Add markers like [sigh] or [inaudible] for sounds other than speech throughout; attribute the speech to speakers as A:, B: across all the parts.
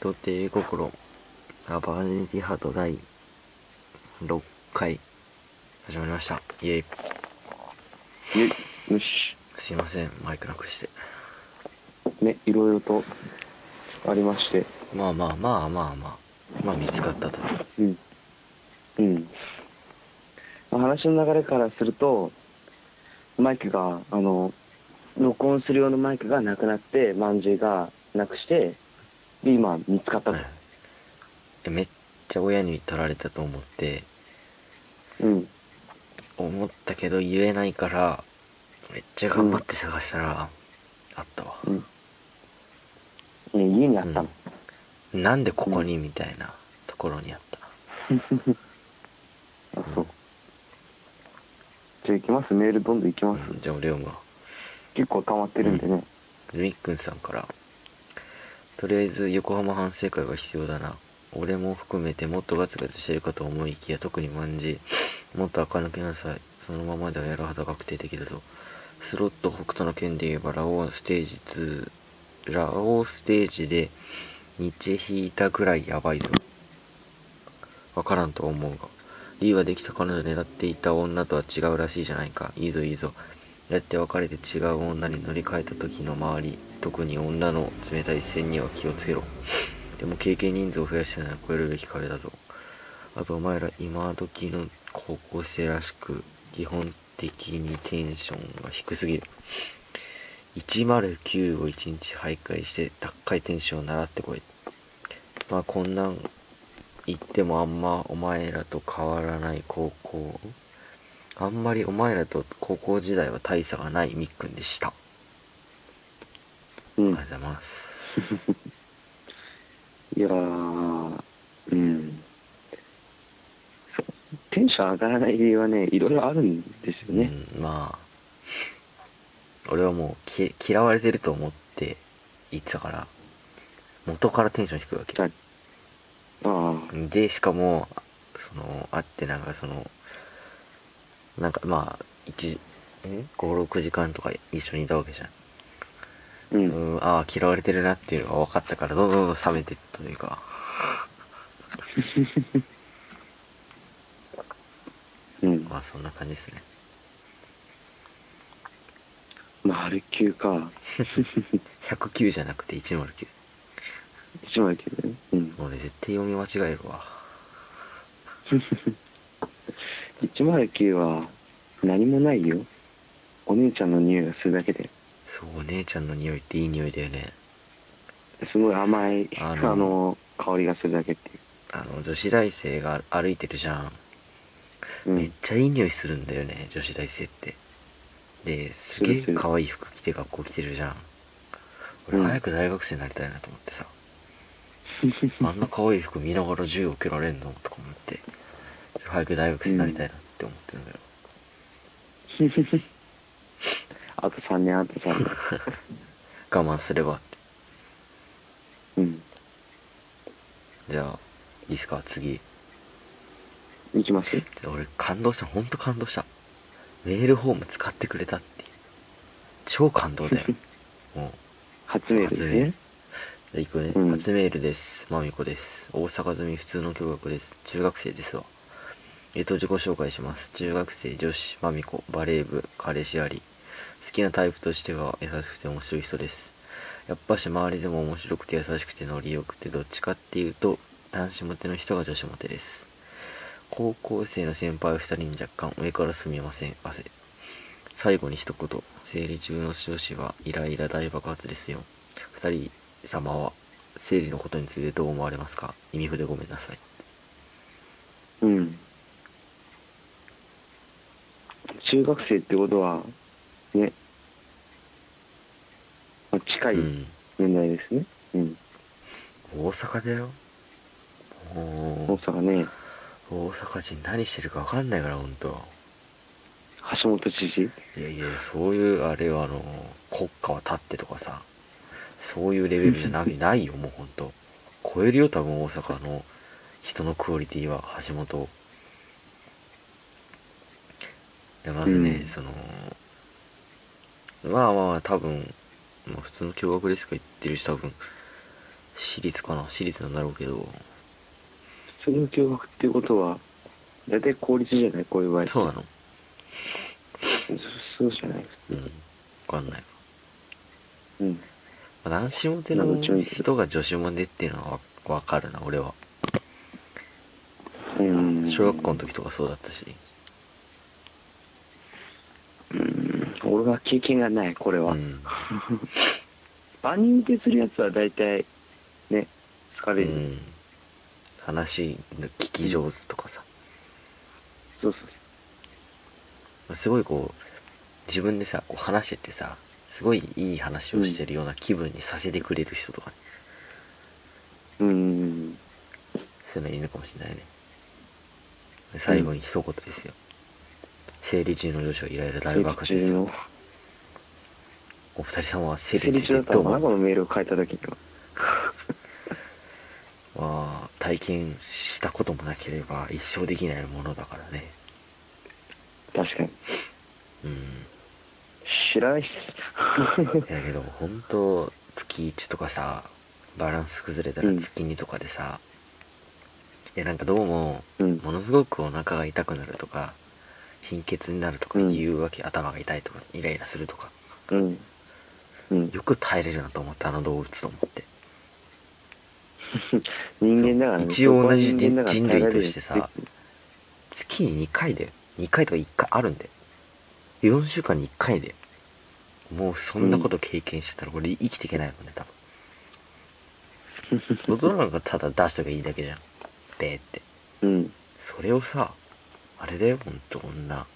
A: 童貞心アバーネティハート第6回始まりましたイエイ
B: ね、よし。
A: すいませんマイクなくして
B: ね、いろいろとありまして。
A: まあまあまあまあまあまあ見つかったと
B: うん。うん。まあ話の流れからすると、マイクが、あの、録音する用のマイクがなくなって、まんじゅうがなくして、で、今見つかった
A: う
B: と
A: ん。えめっちゃ親に取られたと思って
B: うん。
A: 思ったけど言えないからめっちゃ頑張って探したら、あったわ
B: うん。ね、家にあったの。
A: なんでここにみたいなところにあった
B: あ、そう。じゃあ行きますメールどんどん行きます、
A: うんじゃあ俺読むわ
B: 結構溜まってるんでね。
A: みっくんさんからとりあえず横浜反省会が必要だな俺も含めてもっとガツガツしてるかと思いきや特にまんじもっと垢抜けなさいそのままではやる肌確定的だぞスロット北斗の件で言えばラオウステージ2ラオウステージで日引いたぐらいやばいぞわからんと思うがリーはできた彼女狙っていた女とは違うらしいじゃないかいいぞいいぞやって別れて違う女に乗り換えた時の周り特に女の冷たい線には気をつけろでも経験人数を増やしたなら超えるべき壁だぞあとお前ら今時の高校生らしく基本的にテンションが低すぎる109を1日徘徊して高いテンションを習ってこいまあこんなん言ってもあんまお前らと変わらない高校あんまりお前らと高校時代は大差がないみっくんでした、
B: うん
A: ありがとうございます
B: いやー、うん。そうテンション上がらない理由はね、いろいろあるんですよね。
A: うん、まあ俺はもうき嫌われてると思って言ってたから元からテンション低いわけ
B: はいああ、
A: でしかもその会ってなんかそのなんかまあ56時間とか一緒にいたわけじゃん、
B: うん。
A: うん、ああ嫌われてるなっていうのが分かったからどんどんどんどん冷めてったというか
B: うん。
A: まあそんな感じですね
B: 丸九か。
A: 109じゃなくて109
B: 一枚九ね。うん。
A: もうね絶対読み間違えるわ
B: 一枚九は何もないよ。お姉ちゃんの匂いがするだけで。
A: そうお姉ちゃんの匂いっていい匂いだよね
B: すごい甘い、
A: あ
B: あ
A: の
B: の、香りがするだけってい
A: あの女子大生が歩いてるじゃん、
B: う。う
A: めっ
B: ん。
A: ちゃいい匂いするんだよね女子大生ってです
B: する
A: げえ
B: する
A: 可愛い服着て学校着てるじゃん
B: う
A: 俺
B: ん
A: 早く大学生になりたいなと思ってさあんな可愛い服見ながら銃を蹴られんのとか思って早く大学生になりたいなって思ってるんだよ、
B: [laughs] あと3年、あと3年。
A: 我慢すればって
B: うん。
A: じゃあいいっすか次
B: いきます
A: ちょっと俺感動したほんと感動したメールフォーム使ってくれたっていう超感動だよも
B: 初メールですね。
A: うじゃあ行くね、
B: うん
A: 初メールですまみこです大阪住み普通の教学です中学生ですわえっと自己紹介します中学生女子まみこバレー部彼氏あり好きなタイプとしては優しくて面白い人ですやっぱし周りでも面白くて優しくてノリよくてどっちかっていうと男子モテの人が女子モテです高校生の先輩2人に若干上からすみません汗最後に一言生理中の女子はイライラ大爆発ですよ2人様は生理のことについてどう思われますか意味不でごめんなさい
B: うん。中学生ってことは、ね、まあ、近い
A: うん
B: 年代ですね。うん。
A: 大阪だよ
B: 大
A: も
B: 阪ね、
A: う大阪人何してるか分かんないから本当
B: 橋本知事。
A: いやいやそういうあれはあの国家は立ってとかさそういうレベルじゃなない
B: [laughs]
A: よもうほんと超えるよ多分大阪の人のクオリティは橋本をでまずね、
B: うん
A: そのまあまあまあ多分、まあ、普通の共学レスク行ってるし多分私立かな私立なんだろうけど
B: 普通の脅迫っていうことは大体公立じゃないこういう場合
A: そうなの
B: そそうじゃない
A: うん分かんない
B: うん
A: まあ男子モテの人が女子モテっていうのはわ分かるな俺は
B: うん
A: 小学校の時とかそうだったし
B: うん俺は経験がないこれ
A: う
B: は、
A: ん
B: 万人受けするやつは大体ね疲
A: う
B: れる、
A: ん話の聞き上手とかさ
B: そうそう
A: すごいこう自分でさこう話しててさすごいいい話をしてるような気分にさせてくれる人とかね、
B: そううん
A: そういうのいるかもしれないねで最後に一言ですよ、生理中の女子はイライラ大爆発ですよ
B: の
A: お二人様は生
B: 成
A: 理につ
B: 立
A: い
B: 中
A: て
B: だった
A: どう
B: のか
A: 思
B: ないこ
A: ま
B: のメールを書いた時には
A: すまあ体験したこともなければ一生できないものだからね
B: 確かに
A: うん
B: 知らないっす
A: だけど本当月1とかさバランス崩れたら月2とかでさ、いやなんかどうも
B: うん
A: ものすごくお腹が痛くなるとか貧血になるとか
B: うん
A: 言うわけ、頭が痛いとかイライラするとか
B: うんうん
A: よく耐えれるなと思ってあの動物と思って
B: 人間だからね
A: 一応同じ
B: そこは人間
A: 人
B: だから
A: 人類として
B: 耐えら
A: さ
B: れる
A: 月に2回だよ2回とか1回あるんだよ4週間に1回でもうそんなこと経験してたら俺生きていけないもんね多分大人なんかただ出しとけばいいだけじゃんべーって
B: うん
A: それをさあれだよほんと女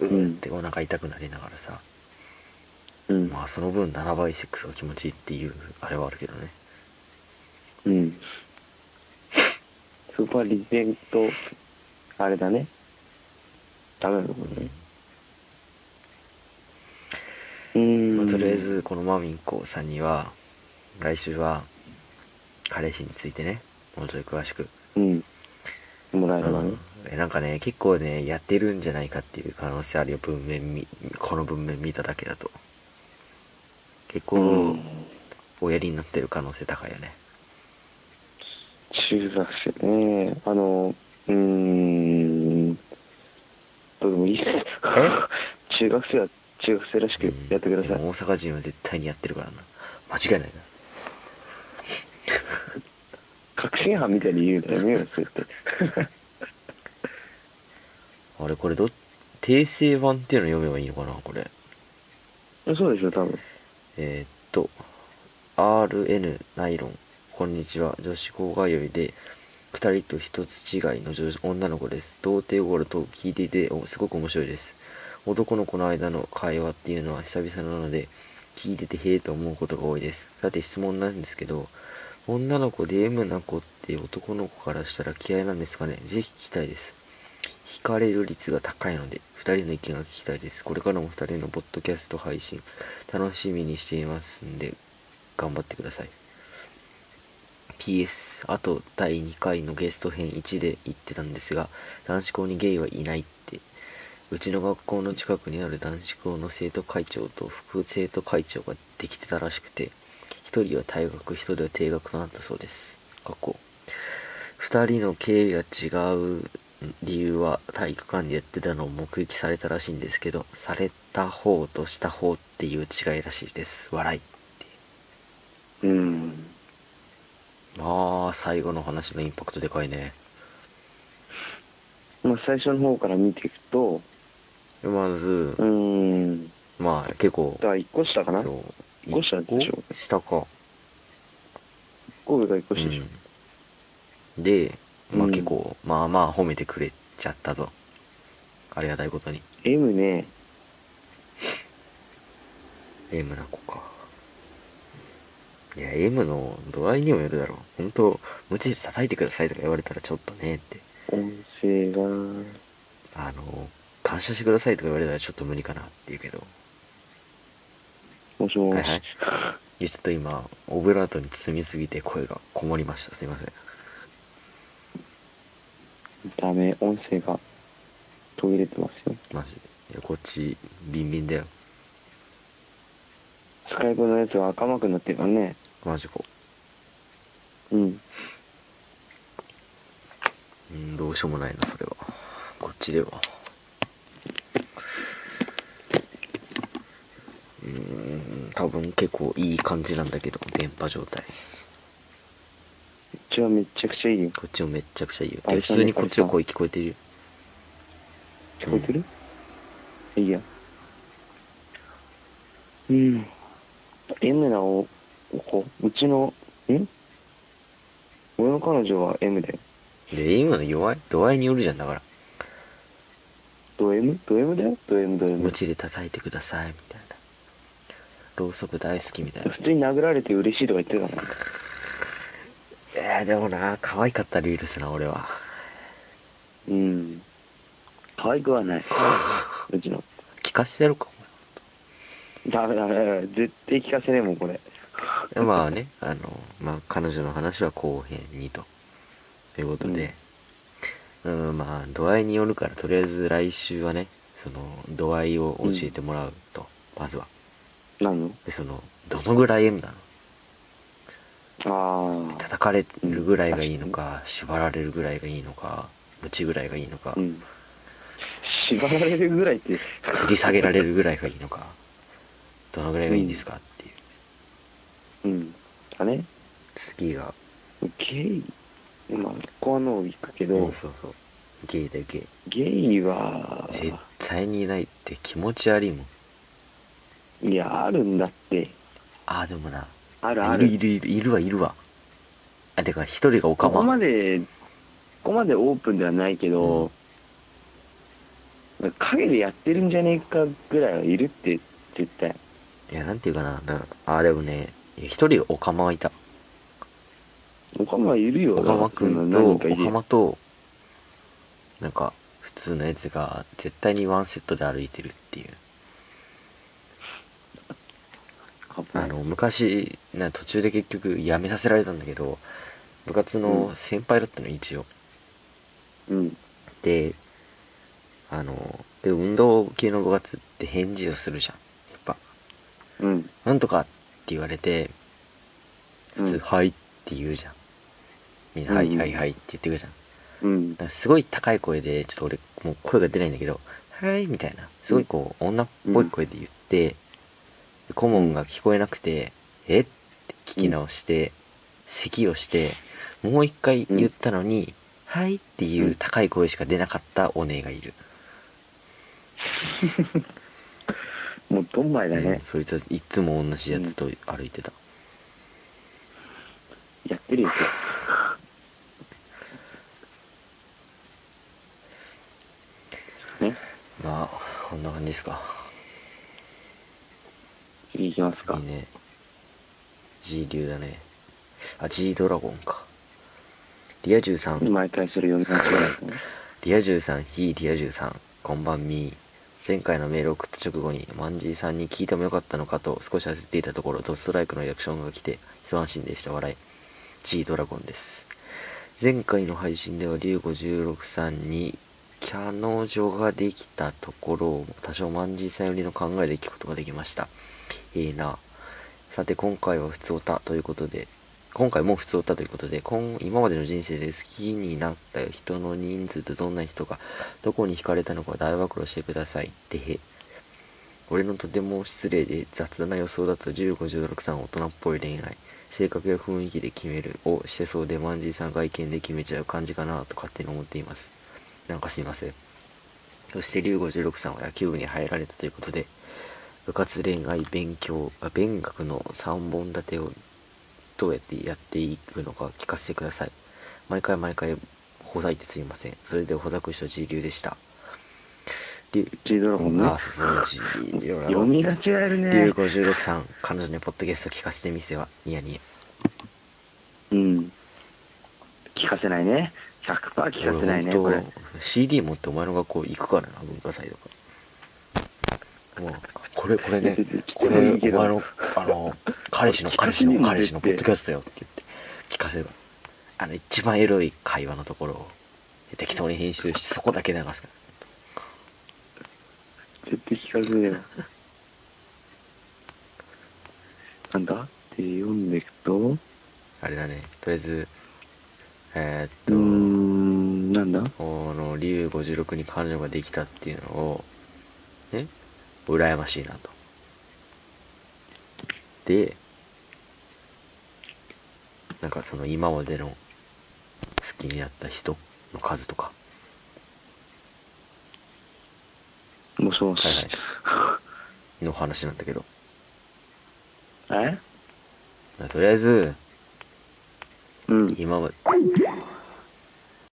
A: うーってお腹痛くなりながらさ、
B: うん
A: まあその分7倍セックスが気持ちいいっていうあれはあるけどね
B: うんそこは理然とあれだねダメなのねう
A: ま
B: ー
A: あ
B: ん
A: とりあえずこのマミンコさんには来週は彼氏についてねもうちょい詳しく、
B: うんもらえるわね
A: えなんかね結構ねやってるんじゃないかっていう可能性あるよ文面みこの文面見ただけだと結構おやりになってる可能性高いよね
B: 中学生ねあのうーんどうでもいいです [laughs] 中学生は中学生らしくやってください、
A: うん大阪人は絶対にやってるからな間違いないな
B: 確信犯みたいに言うのやめようよそうやって
A: あれこれど訂正版っていうの読めばいいのかなこれ
B: そうでしょ多分
A: えーっと RN ナイロンこんにちは女子校通いで2人と一つ違いの女女の子です童貞頃と聞いていておすごく面白いです男の子の間の会話っていうのは久々なので聞いててへえと思うことが多いですさて質問なんですけど女の子で M な子って男の子からしたら嫌いなんですかねぜひ聞きたいです惹かれる率が高いので2人の意見が聞きたいですこれからも2人のポッドキャスト配信楽しみにしていますんで頑張ってください PS あと第2回のゲスト編1で言ってたんですが男子校にゲイはいないってうちの学校の近くにある男子校の生徒会長と副生徒会長ができてたらしくて1人は退学1人は定額となったそうです学校2人の経緯が違う理由は体育館でやってたのを目撃されたらしいんですけどされた方とした方っていう違いらしいです笑い
B: うん
A: まあ最後の話のインパクトでかいね
B: まあ最初の方から見ていくと
A: まず
B: うーん
A: まあ結構
B: だから1個下かな1
A: そう
B: 五社でしょ
A: 一個下か
B: 個上が1個下でしょ、
A: うんでまあ
B: うん
A: 結構、まあまあ褒めてくれちゃったとありがたいことに
B: M ね
A: M な子かいや M の度合いにもよるだろう本当無知で叩いてくださいとか言われたらちょっとねって
B: 音声が
A: あの、感謝してくださいとか言われたらちょっと無理かなって言うけど、
B: もしもし、
A: はいはいいやちょっと今、オブラートに包みすぎて声がこもりました。すいません。
B: ダメ音声が途切れてますよ
A: マジで。いや、こっち、ビンビンだよ。
B: スカイプのやつが赤まくなってるからね
A: マジこう。
B: うん
A: うんどうしようもないなそれはこっちではうーん多分結構いい感じなんだけど電波状態
B: うちはめちゃくちゃいいよ
A: こっちもめっちゃくちゃいいよ
B: あれ
A: 普通にこっちの声聞こえてるよ
B: 聞こえてる、いいやうんムなおこうちのん俺の彼女は M で
A: で今の弱い度合いによるじゃんだから
B: ド M? ド M だよド M ド M
A: 持ちで叩いてくださいみたいなろうそく大好きみたいな
B: 普通に殴られて嬉しいとか言ってたから
A: [laughs] えー、でもな可愛かったら許すな俺は
B: うん可愛くはない [laughs] うちの
A: 聞かしてやろうか
B: ダメダメダメ絶対聞かせねえもんこれ
A: お前まあねあのまあ彼女の話は後編にとということでうんまあ度合いによるからとりあえず来週はねその度合いを教えてもらうと、まずは
B: 何の
A: でそのどのぐらい M なの
B: ああ
A: 叩かれるぐらいがいいのか縛られるぐらいがいいのかムチぐらいがいいのか、
B: うん縛られるぐらい [laughs] って
A: 吊り下げられるぐらいがいいのかどのぐらいがいいんですかっていう
B: うんあれ
A: 次が
B: ゲイまあこはの行くけど、
A: そうそうそうゲイだよゲイ
B: ゲイは
A: 絶対にいないって気持ち悪いもん
B: いやあるんだって
A: ああでもな
B: あるある
A: いるいるいるいるはいるわあてか一人がおか
B: ここ
A: ま
B: までここまでオープンではないけど、影でやってるんじゃねえかぐらいはいるって絶対
A: いやなんていうかなだからああでもねいや一人おかまはいた
B: オカマいるよ
A: おかまくんと
B: 何
A: お
B: 人かいる
A: か
B: よ
A: まとなんか普通のやつが絶対にワンセットで歩いてるっていうあの昔な途中で結局辞めさせられたんだけど部活の先輩だったの一応、
B: うん
A: であので運動系の部活って返事をするじゃんやっぱ
B: うん
A: 「なんとか」って言われて普通「
B: うん
A: はい」って言うじゃんみんな「
B: うん
A: はいはいはい」って言ってくるじゃん
B: うん
A: だからすごい高い声でちょっと俺もう声が出ないんだけど「はい」みたいなすごいこう女っぽい声で言って、で顧問が聞こえなくて「えっ?」て聞き直して、咳をしてもう一回言ったのに「はい」っていう高い声しか出なかったお姉がいる、
B: もうドンマイだ
A: うん
B: ね、
A: そいつはいつも同じやつと歩いてた、
B: やっ
A: [laughs]
B: てるよね
A: まあこんな感じですか
B: 次行きますか
A: いいね G 流だねあ G ドラゴンかリア充さん
B: 毎回それ読み間違えるの
A: リア充さん、非リア充さん、こんばんみー。前回のメールを送った直後に、マンジーさんに聞いてもよかったのかと少し焦っていたところ、ドストライクのリアクションが来て、一安心でした笑い。G ドラゴンです。前回の配信では、リュウ56さんに、彼女ができたところを多少マンジーさんよりの考えで聞くことができました。いいなさて、今回は普通歌ということで、今回も普通歌ということで今今までの人生で好きになった人の人数とどんな人がどこに惹かれたのか大暴露してくださいってへ俺のとても失礼で雑な予想だと1516さんは大人っぽい恋愛性格や雰囲気で決めるをしてそうでマンジーさん外見で決めちゃう感じかなと勝手に思っていますなんかすいませんそして龍56さんは野球部に入られたということで部活恋愛勉強あ勉学の3本立てをどうやってやっていくのか聞かせてください毎回毎回ほざいてすいませんそれでほざく所持流でしたりゅ
B: G ドラゴンね
A: あそうそうジ流
B: 読み間違える
A: 龍
B: ね
A: 五十六さん彼女にポッドキャスト聞かせてみせはニヤニヤ
B: うん聞かせないね100%聞かせないねこ
A: 俺
B: れ
A: 本当 CD 持ってお前の学校行くからな文化祭とかもうこれこれ
B: [laughs]
A: ねこれお前のあの彼氏の彼氏の彼氏のポッドキャストよって言って聞かせればあの一番エロい会話のところを適当に編集してそこだけ流すから
B: 絶対聞かせねえよなんだって読んでいくと
A: あれだねとりあえずえ
B: うー
A: ーっ
B: んなんだ
A: と、この竜56に彼女ができたっていうのをね羨ましいなとでなんかその今までの好きになった人の数とか
B: もしもし、
A: はいはいの話なんだけど
B: え
A: とりあえず
B: うん
A: 今まで